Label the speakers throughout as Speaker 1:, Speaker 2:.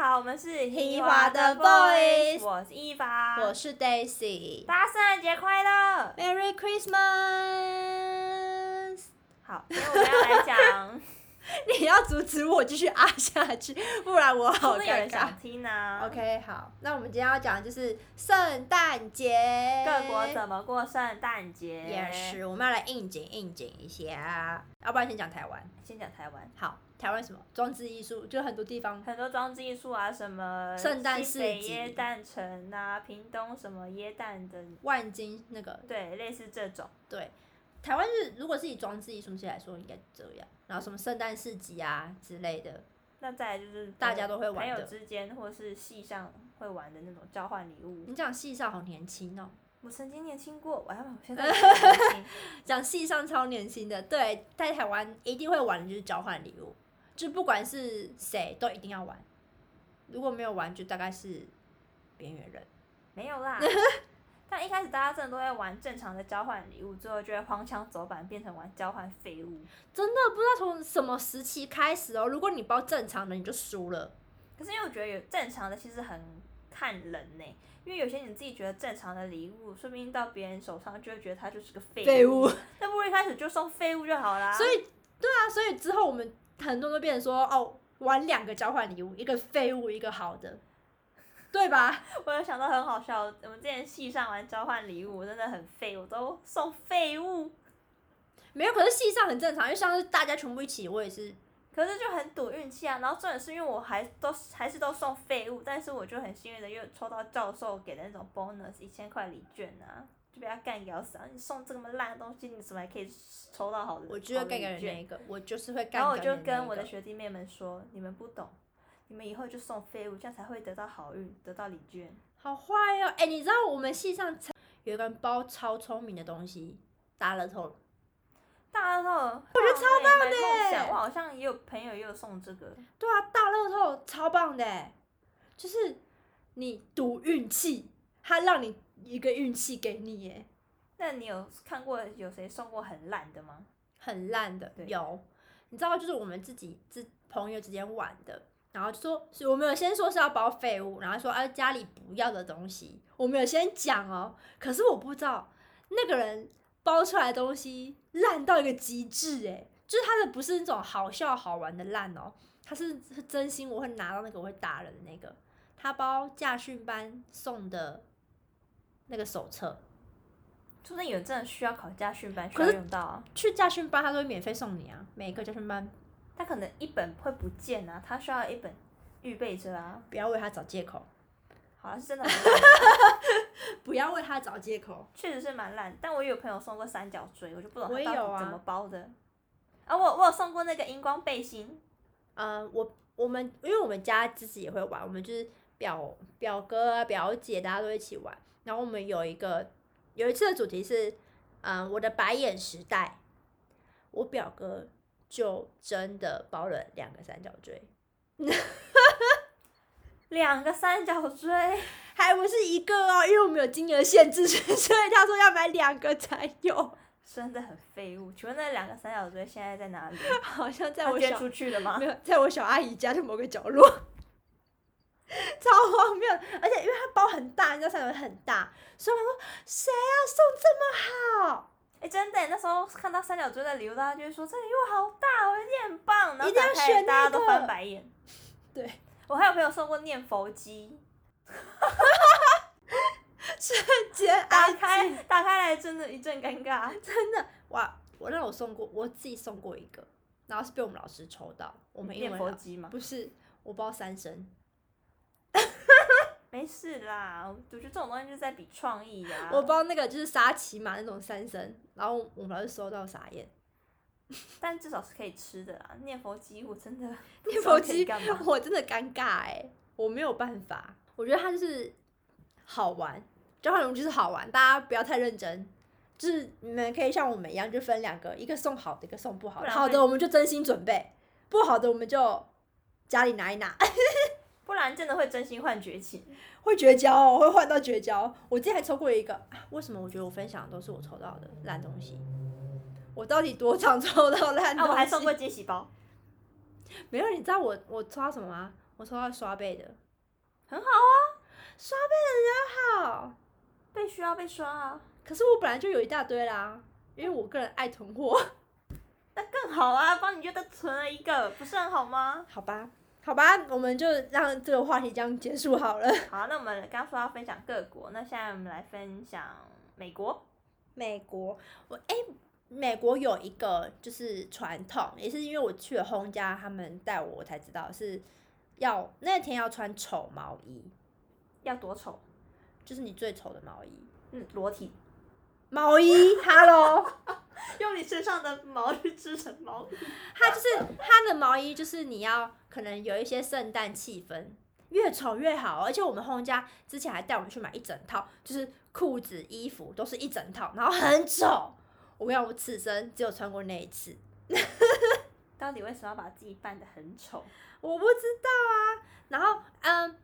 Speaker 1: 好，我们是
Speaker 2: 宜华的 Boys
Speaker 1: 我是伊娃，
Speaker 2: 我是 Daisy。
Speaker 1: 大家圣诞节快乐！
Speaker 2: Merry Christmas！
Speaker 1: 好，今天我们要来讲，
Speaker 2: 你要阻止我继续啊下去， 不然我
Speaker 1: 是
Speaker 2: 好
Speaker 1: 不是有
Speaker 2: 尴
Speaker 1: 人
Speaker 2: 尬
Speaker 1: 想。听呢
Speaker 2: OK，好，那我们今天要讲的就是圣诞节，
Speaker 1: 各国怎么过圣诞节？
Speaker 2: 也是，我们要来应景应景一下。要不然先讲台湾，
Speaker 1: 先讲台湾，
Speaker 2: 好，台湾什么装置艺术，就很多地方
Speaker 1: 很多装置艺术啊，什么
Speaker 2: 圣诞
Speaker 1: 西北
Speaker 2: 市集
Speaker 1: 椰蛋城啊，屏东什么椰蛋的，
Speaker 2: 万金那个
Speaker 1: 对，类似这种。
Speaker 2: 对，台湾是如果是以装置艺术界来说，应该这样。然后什么圣诞市集啊之类的，
Speaker 1: 那再来就是
Speaker 2: 大家都会玩
Speaker 1: 朋友
Speaker 2: 的
Speaker 1: 之间或是系上会玩的那种交换礼物。
Speaker 2: 你讲戏上好年轻哦，
Speaker 1: 我曾经年轻过，我还我现在也很年轻。
Speaker 2: 讲戏上超年轻的，对，在台湾一定会玩的就是交换礼物，就不管是谁都一定要玩，如果没有玩就大概是边缘人。
Speaker 1: 没有 啦。但一开始大家真的都在玩正常的交换礼物，最后就会荒腔走板，变成玩交换废物。
Speaker 2: 真的不知道从什么时期开始哦，如果你包正常的你就输了，
Speaker 1: 可是因为我觉得有正常的其实很看人呢、因为有些你自己觉得正常的礼物，说不定到别人手上就会觉得它就是个废
Speaker 2: 废
Speaker 1: 物
Speaker 2: 物。
Speaker 1: 那不如一开始就送废物就好啦。
Speaker 2: 所以对啊，所以之后我们很多都变成说哦，玩两个交换礼物，一个废物，一个好的，对吧？
Speaker 1: 我有想到很好笑，我们之前戏上玩交换礼物，我真的很废，我都送废物，
Speaker 2: 没有，可是戏上很正常，因为像是大家全部一起，我也是
Speaker 1: 可是就很赌运气啊。然后重点是因为我还都还是都送废物，但是我就很幸运的又抽到教授给的那种 bonus 一千块礼券啊，就被他干咬死啊！你送这么烂的东西，你怎么还可以抽到好的？
Speaker 2: 我就会干
Speaker 1: 好
Speaker 2: 掉
Speaker 1: 的礼
Speaker 2: 人
Speaker 1: 券
Speaker 2: 那一个，我就是会干
Speaker 1: 然后我
Speaker 2: 掉人
Speaker 1: 就
Speaker 2: 那
Speaker 1: 跟
Speaker 2: 一
Speaker 1: 我的
Speaker 2: 个
Speaker 1: 学弟妹们说，你们不懂，你们以后就送废物，这样才会得到好运，得到礼券。
Speaker 2: 好坏哦，哎、你知道我们戏上曾有一个人包超聪明的东西，大乐透，
Speaker 1: 大乐透，我觉得超棒的梦想，我好像也有朋友也有送这个。
Speaker 2: 对啊，大乐透超棒的欸，就是你赌运气，他让你一个运气给你欸耶，
Speaker 1: 那你有看过有谁送过很烂的吗？
Speaker 2: 很烂的
Speaker 1: 对
Speaker 2: 有，你知道就是我们自己自朋友之间玩的。然后就说，所以我们有先说是要包废物，然后说啊家里不要的东西，我们有先讲哦。可是我不知道那个人包出来的东西烂到一个极致，哎，就是他的不是那种好笑好玩的烂哦，他是是真心我会拿到那个我会打人的那个。他包驾训班送的那个手册，
Speaker 1: 说不定有人真的需要考驾训班，需
Speaker 2: 可
Speaker 1: 要
Speaker 2: 是
Speaker 1: 用到啊。
Speaker 2: 去驾训班他都会免费送你啊，每一个驾训班
Speaker 1: 他可能一本会不见啊，他需要一本预备着啊。
Speaker 2: 不要为他找借口，
Speaker 1: 好像是真的很 烂，
Speaker 2: 不要为他找借口。
Speaker 1: 确实是蛮烂。但我也有朋友送过三角锥，我就不懂
Speaker 2: 我也
Speaker 1: 他到
Speaker 2: 有
Speaker 1: 底
Speaker 2: 啊
Speaker 1: 怎么包的。啊，我我有送过那个荧光背心，
Speaker 2: 呃，我我们因为我们家自己也会玩，我们就是表表哥啊、表姐，大家都一起玩。然后我们有一个有一次的主题是，嗯、我的白眼时代，我表哥就真的包了两个三角锥，
Speaker 1: 两个三角锥，
Speaker 2: 还不是一个哦，因为我们有金额限制，所以他说要买两个才有，
Speaker 1: 真的很废物。请问那两个三角锥现在在哪里？
Speaker 2: 好像 在
Speaker 1: 他
Speaker 2: 我
Speaker 1: 捐
Speaker 2: 小
Speaker 1: 出去了吗
Speaker 2: 没？有，在我小阿姨家的某个角落， 超荒谬。而且因为它包很大，你知道三角形很大，所以我想说谁啊送这么好，
Speaker 1: 哎、真的耶，那时候看到三角锥的礼物，大家就会说这礼物好大哦，一定很棒。然后
Speaker 2: 一定
Speaker 1: 打
Speaker 2: 要
Speaker 1: 开来
Speaker 2: 选
Speaker 1: 大家
Speaker 2: 那
Speaker 1: 都
Speaker 2: 个
Speaker 1: 翻白眼。
Speaker 2: 对，
Speaker 1: 我还有朋友送过念佛机，
Speaker 2: 瞬间
Speaker 1: 打
Speaker 2: 安
Speaker 1: 开
Speaker 2: 静，
Speaker 1: 打开来真的一阵尴尬。
Speaker 2: 真的哇！我让我送过，我自己送过一个，然后是被我们老师抽到，我们英
Speaker 1: 念
Speaker 2: 文
Speaker 1: 佛
Speaker 2: 老
Speaker 1: 机吗？
Speaker 2: 不是我包三声，
Speaker 1: 没事啦，我觉得这种东西就是在比创意啊呀、
Speaker 2: 我包那个就是沙琪玛那种三声，然后我们老师收到傻眼。
Speaker 1: 但至少是可以吃的啦。 念佛机我真的不
Speaker 2: 念
Speaker 1: 知道
Speaker 2: 佛
Speaker 1: 可以
Speaker 2: 机
Speaker 1: 干嘛？，
Speaker 2: 我真的尴尬哎、我没有办法。我觉得它就是好玩，交换礼物就是好玩，大家不要太认真。就是你们可以像我们一样，就分两个，一个送好的，一个送不好
Speaker 1: 不
Speaker 2: 的。
Speaker 1: 然
Speaker 2: 好
Speaker 1: 会
Speaker 2: 的我们就真心准备，不好的我们就家里拿一拿，
Speaker 1: 不然真的会真心换绝情。
Speaker 2: 会绝交哦，会换到绝交。我之前还抽过一个，啊为什么我觉得我分享的都是我抽到的烂东西？我到底多常抽到烂
Speaker 1: 啊，
Speaker 2: 东西？
Speaker 1: 我还送过惊喜包，
Speaker 2: 没有，你知道我我抽到什么吗？我抽到刷背的，
Speaker 1: 很好啊，
Speaker 2: 刷被人家好。
Speaker 1: 被需要被刷啊，
Speaker 2: 可是我本来就有一大堆啦，因为我个人爱囤货。
Speaker 1: 那更好啊，帮你就再存了一个，不是很好吗？
Speaker 2: 好吧，好吧，我们就让这个话题这样结束好了。
Speaker 1: 好，那我们刚说要分享各国，那现在我们来分享美国。
Speaker 2: 美国，我哎、美国有一个就是传统，也是因为我去了轰家，他们带我，我才知道是要那天要穿丑毛衣，
Speaker 1: 要多丑？
Speaker 2: 就是你最丑的毛衣。
Speaker 1: 嗯，裸体，
Speaker 2: 毛衣，Hello，
Speaker 1: 用你身上的毛去织成毛衣。
Speaker 2: 它就是它的毛衣，就是你要可能有一些圣诞气氛，越丑越好。哦而且我们轰家之前还带我们去买一整套，就是裤子、衣服都是一整套，然后很丑。我跟你讲，我此生只有穿过那一次。
Speaker 1: 到底为什么要把自己扮得很丑？
Speaker 2: 我不知道啊。然后，嗯，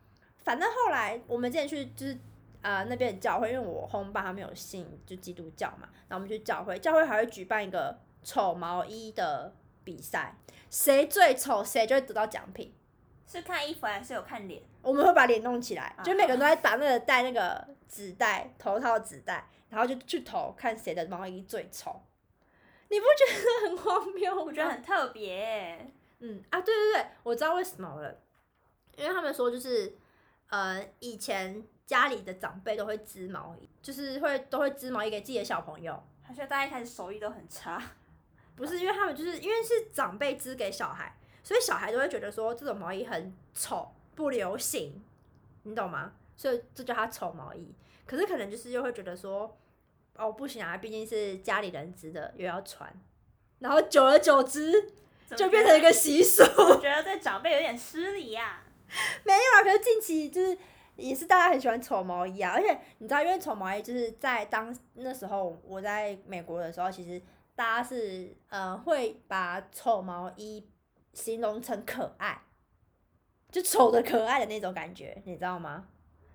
Speaker 2: 反正后来我们之前去就是呃那边的教会，因为我烘爸他们有信就基督教嘛，然后我们去教会，教会还会举办一个丑毛衣的比赛，谁最丑谁就会得到奖品。
Speaker 1: 是看衣服还是有看脸？
Speaker 2: 我们会把脸弄起来，
Speaker 1: 啊
Speaker 2: 就每个人都在把那个戴那个纸袋头套纸袋，然后就去投看谁的毛衣最丑。你不觉得很荒谬吗？
Speaker 1: 我觉得很特别欸、
Speaker 2: 嗯啊，对对对，我知道为什么了，因为他们说就是，呃，以前家里的长辈都会织毛衣，就是会都会织毛衣给自己的小朋友，
Speaker 1: 还是大家一开始手艺都很差，
Speaker 2: 不是因为他们就是因为是长辈织给小孩，所以小孩都会觉得说这种毛衣很丑，不流行，你懂吗？所以这叫它丑毛衣。可是可能就是又会觉得说，哦不行啊，毕竟是家里人织的，又要穿，然后久而久之
Speaker 1: 怎么
Speaker 2: 就
Speaker 1: 觉
Speaker 2: 变
Speaker 1: 得
Speaker 2: 成一个习俗。
Speaker 1: 我觉得对长辈有点失礼呀、
Speaker 2: 对啊，可是近期就是也是大家很喜欢丑毛衣啊，而且你知道，因为丑毛衣就是在当那时候我在美国的时候，其实大家是呃会把丑毛衣形容成可爱，就丑的可爱的那种感觉，你知道吗？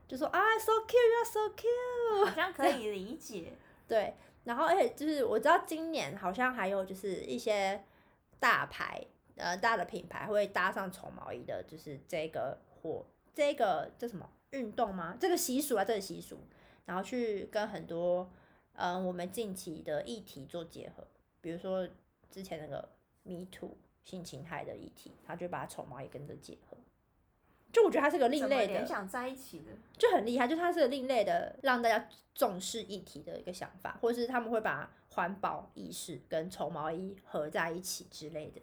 Speaker 2: 就说啊，so cute，you're so cute。
Speaker 1: 好像可以理解。
Speaker 2: 对，然后而且就是我知道今年好像还有就是一些大牌呃大的品牌会搭上丑毛衣的，就是这个活这个叫什么运动吗？这个习俗啊，这个习俗，然后去跟很多嗯、呃我们近期的议题做结合，比如说之前那个 Me Too 性侵害的议题，他就把丑毛也跟着结合。就我觉得它是个 另
Speaker 1: 怎么
Speaker 2: 类
Speaker 1: 联
Speaker 2: 的，
Speaker 1: 想在一起的，
Speaker 2: 就很厉害，就它是另类的，让大家重视议题的一个想法，或是他们会把环保意识跟丑毛衣合在一起之类的。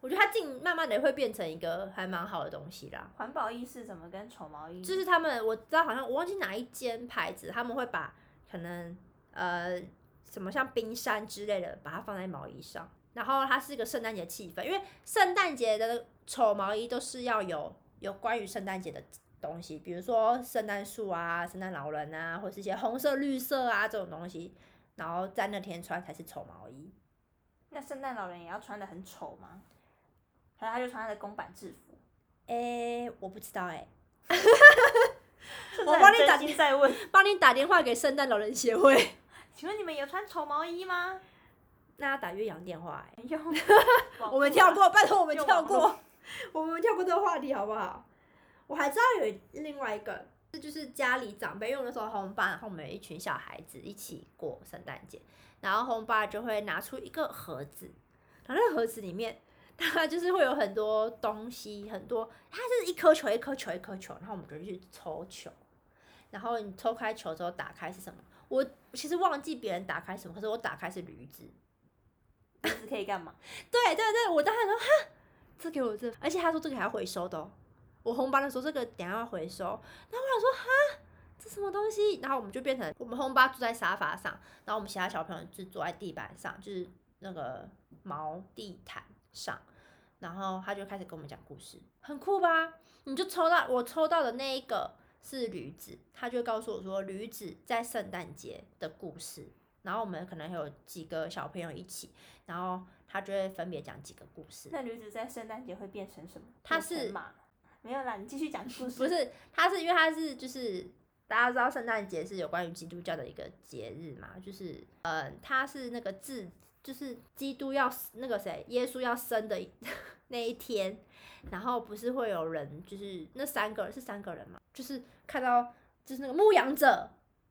Speaker 2: 我觉得它进慢慢的会变成一个还蛮好的东西啦。
Speaker 1: 环保意识怎么跟丑毛衣？
Speaker 2: 就是他们我知道好像我忘记哪一间牌子，他们会把可能呃什么像冰山之类的，把它放在毛衣上，然后它是一个圣诞节气氛，因为圣诞节的丑毛衣都是要有有关于圣诞节的东西，比如说圣诞树啊、圣诞老人啊，或是一些红色、绿色啊这种东西，然后在那天穿才是丑毛衣。
Speaker 1: 那圣诞老人也要穿的很丑吗？还是他就穿他的公版制服？
Speaker 2: 诶、我不知道诶、
Speaker 1: 是不
Speaker 2: 我
Speaker 1: 是
Speaker 2: 帮
Speaker 1: 很
Speaker 2: 你打
Speaker 1: 真心在问，
Speaker 2: 帮你打电话给圣诞老人协会，
Speaker 1: 请问你们有穿丑毛衣吗？
Speaker 2: 那要打岳阳电话诶、
Speaker 1: 没有，
Speaker 2: 我们跳过，拜托我们
Speaker 1: 用
Speaker 2: 跳
Speaker 1: 网络
Speaker 2: 过， 我们跳过这个话题好不好？我还知道有另外一个，这就是家里长辈，因为我那时候红爸，然后我们有一群小孩子一起过圣诞节，然后红爸就会拿出一个盒子，然后那个盒子里面。它就是会有很多东西，很多，它是一颗球一颗球一颗球，然后我们就去抽球，然后你抽开球之后打开是什么？我其实忘记别人打开什么，可是我打开是驴子，
Speaker 1: 裤子可以干嘛？
Speaker 2: 对对对，我当时说哈，这给我这，而且他说这个还要回收的、哦。我烘班的时候，这个等一下要回收。然后我想说哈，这什么东西？然后我们就变成我们烘吧坐在沙发上，然后我们其他小朋友就坐在地板上，就是那个毛地毯上。然后他就开始跟我们讲故事，很酷吧？你就抽到我抽到的那一个是驴子，他就告诉我说驴子在圣诞节的故事。然后我们可能有几个小朋友一起，然后他就会分别讲几个故事。
Speaker 1: 那驴子在圣诞节会变成什么？
Speaker 2: 它
Speaker 1: 变成
Speaker 2: 是
Speaker 1: 马？没有啦，你继续讲故事。
Speaker 2: 不是，他是因为他是就是大家知道圣诞节是有关于基督教的一个节日嘛，就是呃，他是那个自就是基督要死那个谁，耶稣要生的一， 那一天，然后不是会有人，就是那三个是三个人嘛，就是看到就是那个牧羊者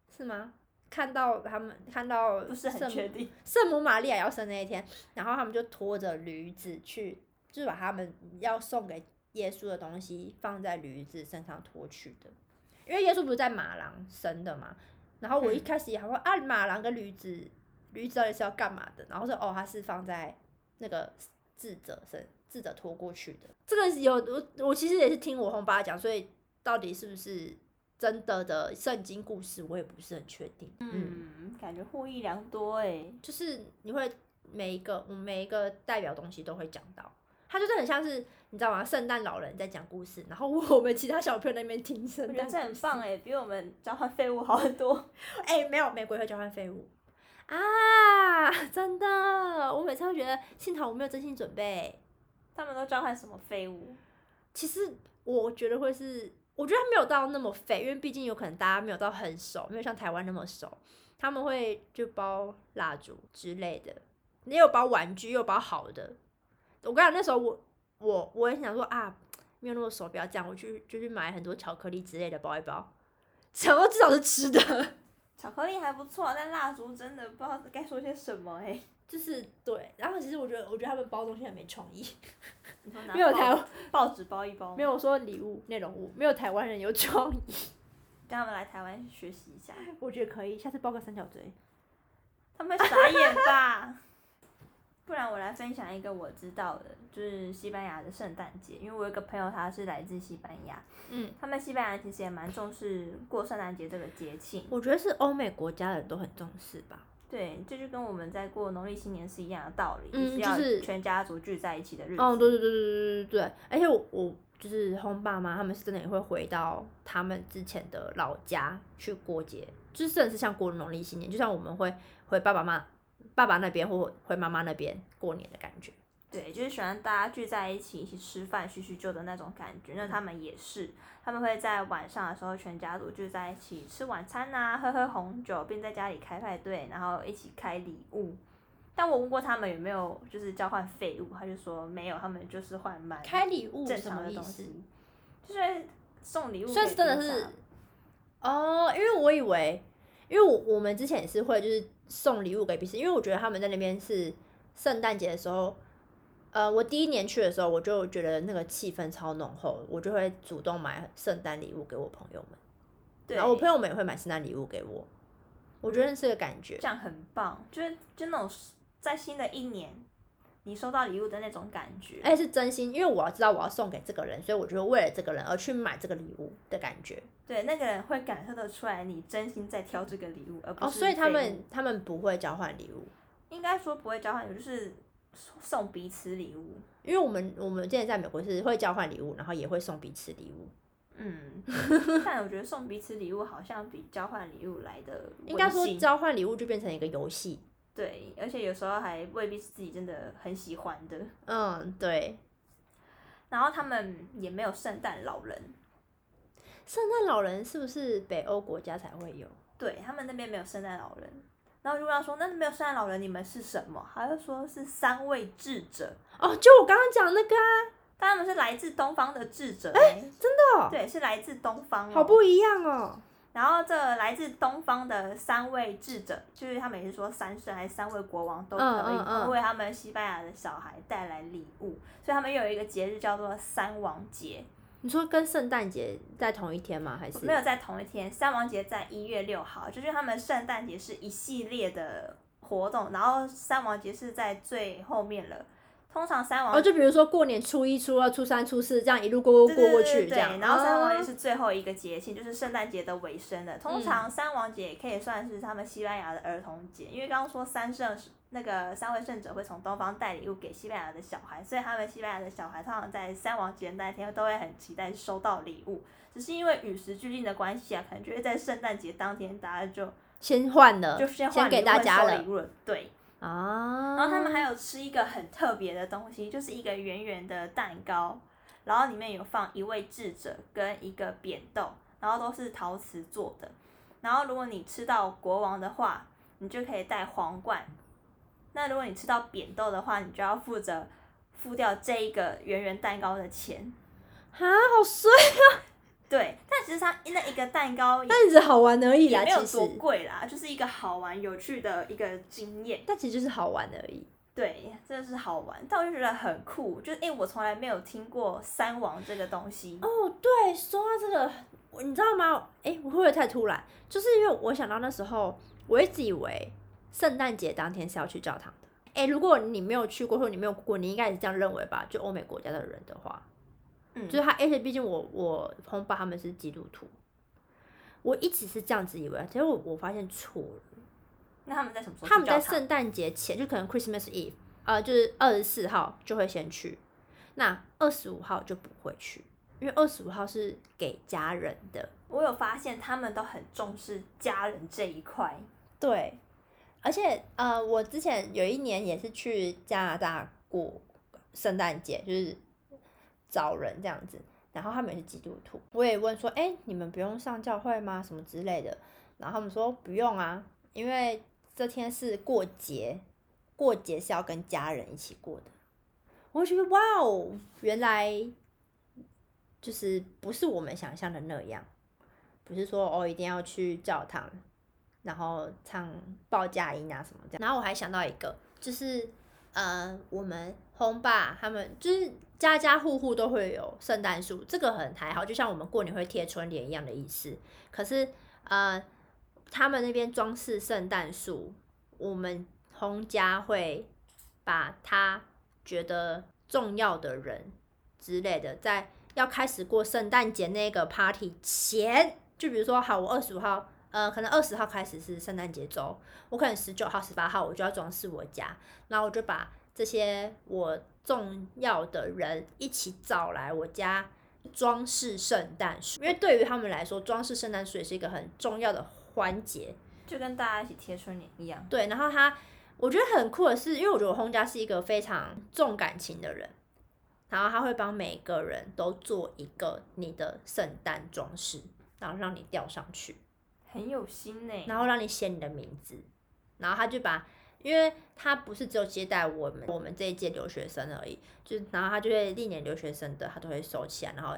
Speaker 2: 是吗？看到他们看到
Speaker 1: 不是很
Speaker 2: 圣
Speaker 1: 确定。
Speaker 2: 圣母玛利亚要生那一天，然后他们就拖着驴子去，就是把他们要送给耶稣的东西放在驴子身上拖去的。因为耶稣不是在马郎生的嘛，然后我一开始也还会啊，马郎跟驴子，驴子到底是要干嘛的？然后说哦，它是放在那个智者身，智者拖过去的。这个有我我其实也是听我红爸讲，所以到底是不是真的的圣经故事，我也不是很确定。
Speaker 1: 嗯，感觉获益良多哎、
Speaker 2: 就是你会每一个我们每一个代表东西都会讲到，它就是很像是你知道吗？圣诞老人在讲故事，然后我们其他小朋友在那边听圣
Speaker 1: 我觉得
Speaker 2: 诞故
Speaker 1: 这
Speaker 2: 事，
Speaker 1: 很棒哎、比我们交换废物好很多。
Speaker 2: 哎、没有，美国也会交换废物啊，真的，我每次会觉得幸好我没有真心准备。
Speaker 1: 他们都交换什么废物？
Speaker 2: 其实我觉得会是，我觉得没有到那么废，因为毕竟有可能大家没有到很熟，没有像台湾那么熟，他们会就包蜡烛之类的，也有包玩具，也有包好的。我跟你讲，那时候我我我也想说啊，没有那么熟，不要这样，我去就去买很多巧克力之类的包一包，想到至少是吃的。
Speaker 1: 巧克力还不错，但蜡烛真的不知道该说些什么哎、
Speaker 2: 就是对，然后其实我觉得，我觉得他们包东西很没创意，
Speaker 1: 你说拿
Speaker 2: 没有
Speaker 1: 报
Speaker 2: 台湾
Speaker 1: 报纸包一包，
Speaker 2: 没有说礼物内容物，没有台湾人有创意。
Speaker 1: 跟他们来台湾学习一下，
Speaker 2: 我觉得可以，下次包个三角锥。
Speaker 1: 他们会傻眼吧？ 不然我来分享一个我知道的，就是西班牙的圣诞节，因为我有一个朋友他是来自西班牙，
Speaker 2: 嗯，
Speaker 1: 他们西班牙其实也蛮重视过圣诞节这个节庆，
Speaker 2: 我觉得是欧美国家的人都很重视吧。
Speaker 1: 对，这就跟我们在过农历新年是一样的道理，
Speaker 2: 嗯
Speaker 1: 是要
Speaker 2: 就是
Speaker 1: 全家族聚在一起的日子。
Speaker 2: 嗯，对对对对对对对，而且我我就是红爸妈他们是真的也会回到他们之前的老家去过节，就是真的是像过农历新年，就像我们会回爸爸妈爸爸那边或回妈妈那边过年的感觉。
Speaker 1: 对，就是喜欢大家聚在一起一起吃饭叙叙旧的那种感觉。
Speaker 2: 嗯
Speaker 1: 那他们也是，他们会在晚上的时候全家族聚在一起吃晚餐呐、喝喝红酒，并在家里开派对，然后一起开礼物。但我问过他们有没有就是交换废物，他就说没有，他们就是换买
Speaker 2: 开礼物
Speaker 1: 正
Speaker 2: 什
Speaker 1: 常
Speaker 2: 么
Speaker 1: 的
Speaker 2: 意
Speaker 1: 东
Speaker 2: 思？
Speaker 1: 西，就是送礼物给
Speaker 2: 所
Speaker 1: 平常。
Speaker 2: 以真的是哦，因为我以为，因为我我们之前也是会就是送礼物给彼此，因为我觉得他们在那边是圣诞节的时候，呃，我第一年去的时候，我就觉得那个气氛超浓厚，我就会主动买圣诞礼物给我朋友们，
Speaker 1: 对，
Speaker 2: 然后我朋友们也会买圣诞礼物给我，我觉得是个感觉
Speaker 1: 这。样很棒，就是就那种在新的一年你收到礼物的那种感觉。
Speaker 2: 而且是真心，因为我要知道我要送给这个人，所以我就会为了这个人而去买这个礼物的感觉。
Speaker 1: 对，那个人会感受得出来你真心在挑这个礼物，而不
Speaker 2: 哦，
Speaker 1: 是
Speaker 2: 所以他
Speaker 1: 废
Speaker 2: 们
Speaker 1: 物
Speaker 2: 他们不会交换礼物，
Speaker 1: 应该说不会交换礼物，就是送彼此礼物。
Speaker 2: 因为我们我们之前在美国是会交换礼物，然后也会送彼此礼物。
Speaker 1: 嗯， 但我觉得送彼此礼物好像比交换礼物来的
Speaker 2: 应该说
Speaker 1: 温馨
Speaker 2: 交换礼物就变成一个游戏。
Speaker 1: 对，而且有时候还未必是自己真的很喜欢的。
Speaker 2: 嗯，对，
Speaker 1: 然后他们也没有圣诞老人，
Speaker 2: 圣诞老人是不是北欧国家才会有？
Speaker 1: 对他们那边没有圣诞老人。然后就问他说：“那没有圣诞老人，你们是什么？”他就说是三位智者，
Speaker 2: 哦，就我刚刚讲那个啊，
Speaker 1: 但他们是来自东方的智者、欸
Speaker 2: 哎真的哦、
Speaker 1: 对，是来自东方、哦，
Speaker 2: 好不一样哦。
Speaker 1: 然后这来自东方的三位智者，就是他们也是说三圣还是三位国王都可以，
Speaker 2: 嗯嗯嗯
Speaker 1: 会为他们西班牙的小孩带来礼物，所以他们有一个节日叫做三王节，
Speaker 2: 你说跟圣诞节在同一天吗？还是
Speaker 1: 没有在同一天，三王节在一月六号，就是他们圣诞节是一系列的活动，然后三王节是在最后面了，通常三王
Speaker 2: 哦，就比如说过年初一、初二、初三、初四这样一路过过
Speaker 1: 对
Speaker 2: 过
Speaker 1: 对
Speaker 2: 过
Speaker 1: 对
Speaker 2: 去，
Speaker 1: 对
Speaker 2: 这
Speaker 1: 对，
Speaker 2: 样。
Speaker 1: 然后三王节
Speaker 2: 哦嗯
Speaker 1: 是最后一个节庆，就是圣诞节的尾声了。通常三王节也可以算是他们西班牙的儿童节，因为刚刚说三圣是那个三位圣者会从东方带礼物给西班牙的小孩，所以他们西班牙的小孩通常在三王节那天都会很期待收到礼物。只是因为与时俱进的关系啊，可能就会在圣诞节当天，大家就
Speaker 2: 先换了，
Speaker 1: 就先换
Speaker 2: 给
Speaker 1: 礼物
Speaker 2: 大家
Speaker 1: 收
Speaker 2: 了
Speaker 1: 礼物了。对，
Speaker 2: 啊。
Speaker 1: 然后他们还有吃一个很特别的东西，就是一个圆圆的蛋糕，然后里面有放一位智者跟一个扁豆，然后都是陶瓷做的。然后如果你吃到国王的话，你就可以戴皇冠；那如果你吃到扁豆的话，你就要负责付掉这一个圆圆蛋糕的钱。
Speaker 2: 啊，好衰！
Speaker 1: 对，但其实它那一个蛋糕也
Speaker 2: 但只是好玩而已
Speaker 1: 也
Speaker 2: 啦，
Speaker 1: 没有
Speaker 2: 其实
Speaker 1: 多，贵啦，就是一个好玩有趣的一个经验。
Speaker 2: 但其实就是好玩而已。
Speaker 1: 对，真的是好玩，但我就觉得很酷，就是因为我从来没有听过三王这个东西。
Speaker 2: 哦，对，说到这个，我你知道吗？诶，我会不会太突然？就是因为我想到那时候，我一直以为圣诞节当天是要去教堂的。诶，如果你没有去过，或者你没有过，你应该也是这样认为吧？就欧美国家的人的话，
Speaker 1: 嗯，
Speaker 2: 就是他，而且毕竟我我红爸他们是基督徒，我一直是这样子以为，结果我发现错了。
Speaker 1: 那他们在什么时候去教
Speaker 2: 他
Speaker 1: 堂？
Speaker 2: 们在圣诞节前，就可能 Christmas Eve，呃，就是二十四号就会先去，那二十五号就不会去，因为二十五号是给家人的。
Speaker 1: 我有发现他们都很重视家人这一块。
Speaker 2: 对，而且呃，我之前有一年也是去加拿大过圣诞节，就是找人这样子，然后他们也是基督徒，我也问说，哎、你们不用上教会吗？什么之类的，然后他们说不用啊，因为这天是过节，过节是要跟家人一起过的。我就觉得哇哦，原来就是不是我们想象的那样，不是说哦一定要去教堂，然后唱报价音啊什么这样。然后我还想到一个，就是呃，我们轰爸他们就是家家户户都会有圣诞树，这个很还好，就像我们过年会贴春联一样的意思。可是呃，他们那边装饰圣诞树，我们轰家会把他觉得重要的人之类的，在要开始过圣诞节那个 party 前，就比如说，好，我二十五号，呃，可能二十号开始是圣诞节周，我可能十九号、十八号我就要装饰我家，然后我就把这些我重要的人一起找来我家装饰圣诞树，因为对于他们来说，装饰圣诞树也是一个很重要的环节，
Speaker 1: 就跟大家一起贴春联一样，
Speaker 2: 对，然后他我觉得很酷的是，因为我觉得我轰家是一个非常重感情的人，然后他会帮每个人都做一个你的圣诞装饰，然后让你吊上去，
Speaker 1: 很有心呢、
Speaker 2: 然后让你写你的名字，然后他就把。因为他不是只有接待我们我们这一届留学生而已，就然后他就会历年留学生的他都会收起来，然后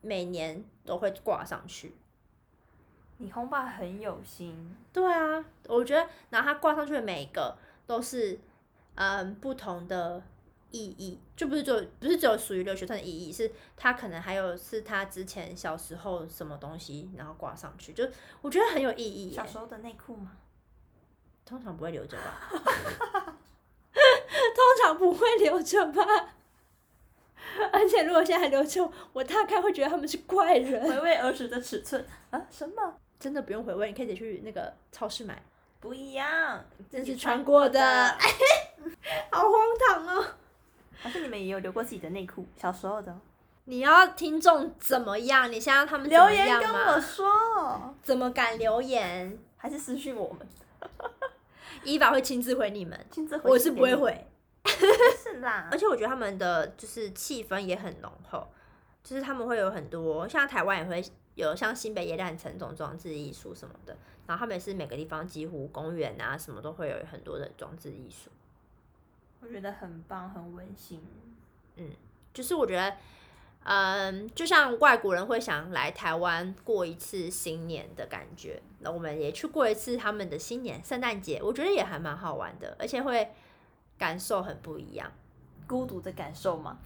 Speaker 2: 每年都会挂上去。
Speaker 1: 你红爸很有心，
Speaker 2: 对啊，我觉得，然后它挂上去的每一个都是，嗯，不同的意义，就不是只有不是只有属于留学生的意义，是它可能还有是他之前小时候什么东西，然后挂上去，就我觉得很有意义耶
Speaker 1: 小。时候的内裤吗？
Speaker 2: 通常不会留着吧？ 通常不会留着吧？ 而且如果现在还留着，我大概会觉得他们是怪人。
Speaker 1: 回味儿时的尺寸啊？什么？
Speaker 2: 真的不用回味，你可以直接去那个超市买。
Speaker 1: 不一样，
Speaker 2: 这
Speaker 1: 自己
Speaker 2: 是穿过的
Speaker 1: 的。
Speaker 2: 好荒唐哦！
Speaker 1: 还是你们也有留过自己的内裤？小时候的哦，
Speaker 2: 你要听众怎么样？你想让他们怎
Speaker 1: 留
Speaker 2: 么
Speaker 1: 言
Speaker 2: 样
Speaker 1: 跟
Speaker 2: 吗
Speaker 1: 我说，
Speaker 2: 怎么敢留言？
Speaker 1: 还是私讯我们？
Speaker 2: 伊娃会亲自回你们，
Speaker 1: 亲自回
Speaker 2: 我
Speaker 1: 信
Speaker 2: 是
Speaker 1: 给
Speaker 2: 不会
Speaker 1: 你，
Speaker 2: 回。
Speaker 1: 是啦
Speaker 2: 而。且我觉得他们的就是气氛也很浓厚，就是他们会有很多，像台湾也会有像新北耶诞城这种装置艺术什么的，然后他们也是每个地方几乎公园啊什么都会有很多的装置艺术。
Speaker 1: 我觉得很棒，很温馨。
Speaker 2: 就是我觉得，嗯，就像外国人会想来台湾过一次新年的感觉，那我们也去过一次他们的新年圣诞节，我觉得也还蛮好玩的，而且会感受很不一样。
Speaker 1: 孤独的感受吗？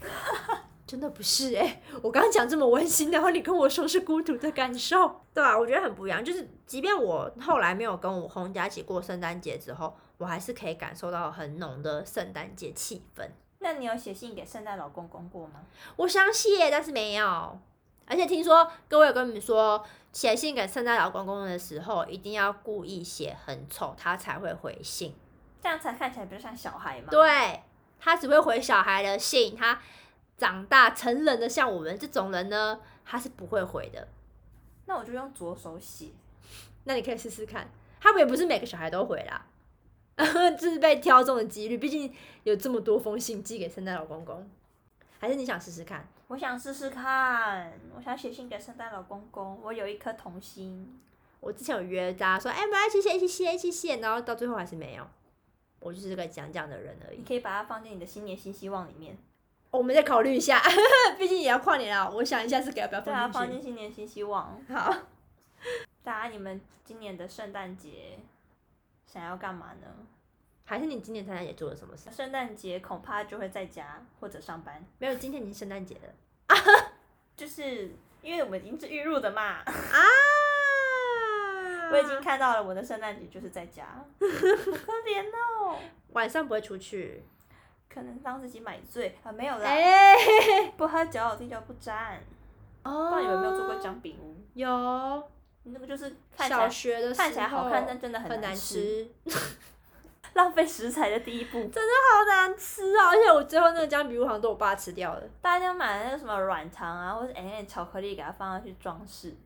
Speaker 2: 真的不是诶、欸我刚刚讲这么温馨，然后你跟我说是孤独的感受，对啊，我觉得很不一样。就是即便我后来没有跟我红家一起过圣诞节之后，我还是可以感受到很浓的圣诞节气氛。
Speaker 1: 那你有写信给圣诞老公公过吗？
Speaker 2: 我相信耶，但是没有。而且听说各位有跟你们说，写信给圣诞老公公的时候，一定要故意写很丑，他才会回信。
Speaker 1: 这样才看起来比较像小孩嘛。
Speaker 2: 对他只会回小孩的信，他长大成人的像我们这种人呢，他是不会回的。
Speaker 1: 那我就用左手写，
Speaker 2: 那你可以试试看，他们也不是每个小孩都回啦， 这是被挑中的几率。毕竟有这么多封信寄给圣诞老公公，还是你想试试看？
Speaker 1: 我想试试看，我想写信给圣诞老公公。我有一颗童心，
Speaker 2: 我之前有约大家说，哎、我们要一起写，一起写，一起写，然后到最后还是没有。我就是个讲讲的人而
Speaker 1: 你
Speaker 2: 已。
Speaker 1: 可以把它放进你的新年新希望里面。
Speaker 2: 我们再考虑一下， 毕竟也要跨年了，我想一下是给要不要
Speaker 1: 对啊，
Speaker 2: 放
Speaker 1: 放
Speaker 2: 进
Speaker 1: 进新年新希望。
Speaker 2: 去。好，
Speaker 1: 大家你们今年的圣诞节想要干嘛呢？
Speaker 2: 还是你今年圣诞节做了什么事？
Speaker 1: 圣诞节恐怕就会在家或者上班，
Speaker 2: 没有，今天已经圣诞节了
Speaker 1: 就是因为我们已经是预录的嘛，
Speaker 2: 啊
Speaker 1: 我已经看到了我的圣诞节就是在家，好可怜哦。
Speaker 2: 晚上不会出去。
Speaker 1: 可能让自己买醉啊，没有啦，
Speaker 2: 哎、
Speaker 1: 不喝酒，滴酒不沾。不知
Speaker 2: 哦
Speaker 1: 道你们有没有做过姜饼屋？
Speaker 2: 有，
Speaker 1: 那个就是看起
Speaker 2: 小
Speaker 1: 来
Speaker 2: 学的时候
Speaker 1: 看起来好看，但真的
Speaker 2: 很
Speaker 1: 难
Speaker 2: 难，吃，
Speaker 1: 浪费食材的第一步。
Speaker 2: 好难吃啊！而且我最后那个姜饼屋好像都我爸吃掉了。
Speaker 1: 大家买那个什么软糖啊，或者 N N 巧克力给它放上去装饰。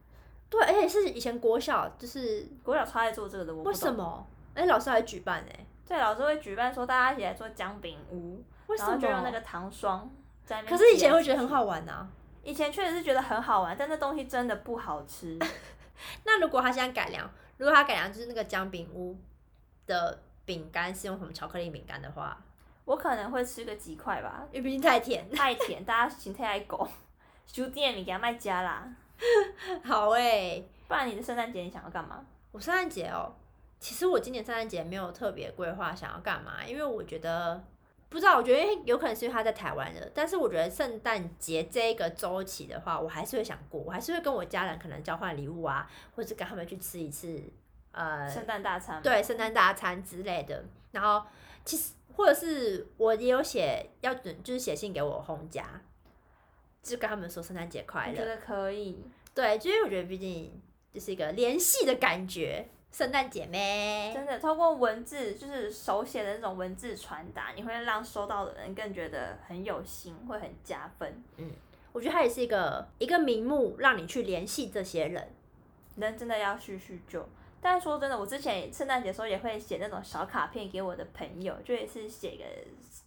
Speaker 2: 对，而且是以前国小，就是
Speaker 1: 国小超爱做这个的，我不
Speaker 2: 为什
Speaker 1: 懂。
Speaker 2: 么？哎、老师还举办哎、
Speaker 1: 对，老师会举办说大家一起来做姜饼屋，
Speaker 2: 为什
Speaker 1: 然后
Speaker 2: 么？
Speaker 1: 就用那个糖霜在那边
Speaker 2: 可是以前
Speaker 1: 挤来
Speaker 2: 会觉得
Speaker 1: 挤
Speaker 2: 很
Speaker 1: 去。
Speaker 2: 好玩啊。
Speaker 1: 以前确实是觉得很好玩，但那东西真的不好吃。
Speaker 2: 那如果他现在改良，如果他改良就是那个姜饼屋的饼干是用什么巧克力饼干的话，
Speaker 1: 我可能会吃个几块吧，
Speaker 2: 因为毕竟太甜。
Speaker 1: 太甜，大家请太爱狗。酒店你给它卖家啦，
Speaker 2: 好哎、
Speaker 1: 不然你的圣诞节你想要干嘛？
Speaker 2: 我圣诞节哦，其实我今年圣诞节没有特别规划想要干嘛，因为我觉得不知道，我觉得有可能是因为他在台湾的，但是我觉得圣诞节这一个周期的话，我还是会想过，我还是会跟我家人可能交换礼物啊，或者跟他们去吃一次呃
Speaker 1: 圣诞大餐吗，
Speaker 2: 对圣诞大餐之类的。然后其实或者是我也有写要准，就是写信给我红家，就跟他们说圣诞节快
Speaker 1: 我
Speaker 2: 乐
Speaker 1: 觉。得可以。
Speaker 2: 对，就是我觉得毕竟就是一个联系的感觉，圣诞姐妹。
Speaker 1: 真的，透过文字，就是手写的那种文字传达，你会让收到的人更觉得很有心，会很加分。
Speaker 2: 我觉得它也是一个一个名目，让你去联系这些人。
Speaker 1: 人真的要叙叙旧。但是说真的，我之前圣诞节的时候也会写那种小卡片给我的朋友，就也是写个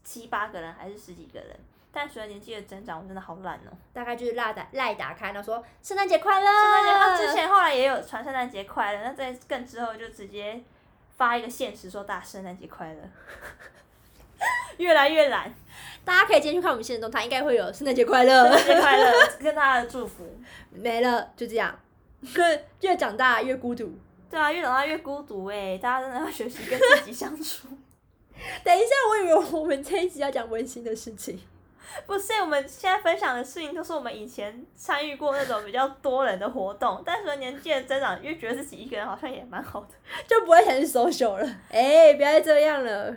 Speaker 1: 七八个人还是十几个人。但随着年纪的增长，我真的好懒哦、
Speaker 2: 大概就是赖打赖打开，然后说圣诞节快乐。
Speaker 1: 圣诞节
Speaker 2: 啊
Speaker 1: 快之前后来也有传圣诞节快乐，那在更之后就直接发一个现实说大家圣诞节快乐， 越来越懒。
Speaker 2: 大家可以今天去看我们现实动态，应该会有圣诞节快乐
Speaker 1: 圣。诞节快乐，跟大家的祝福。
Speaker 2: 没了，就这样。 越长大越孤独。
Speaker 1: 对啊，越长大越孤独哎、大家真的要学习跟自己相处。
Speaker 2: 等一下，我以为我们这一集要讲温馨的事情。
Speaker 1: 不是，我们现在分享的事情都是我们以前参与过那种比较多人的活动，但是年纪的增长，越觉得自己一个人好像也蛮好的。
Speaker 2: 就不会想去 social 了。哎、不要再这样了。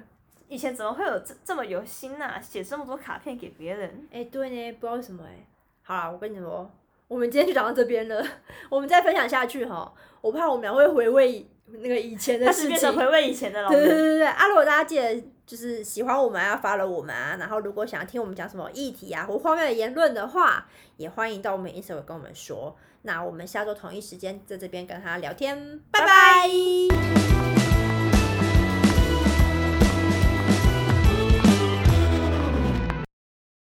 Speaker 1: 以前怎么会有这这么有心呐、写这么多卡片给别人？
Speaker 2: 哎、对呢，不知道为什么哎、好啦，我跟你说，我们今天就讲到这边了。 我们再分享下去哈，我怕我们俩会回味那个以前的
Speaker 1: 他是
Speaker 2: 事
Speaker 1: 变
Speaker 2: 情
Speaker 1: 成。回味以前的老
Speaker 2: 对对对
Speaker 1: 人。
Speaker 2: 对对啊！如果大家记得就是喜欢我们啊，发了我们啊，然后如果想要听我们讲什么议题啊或荒谬的言论的话，也欢迎到我们 Instagram 跟我们说。那我们下周同一时间在这边跟他聊天，拜拜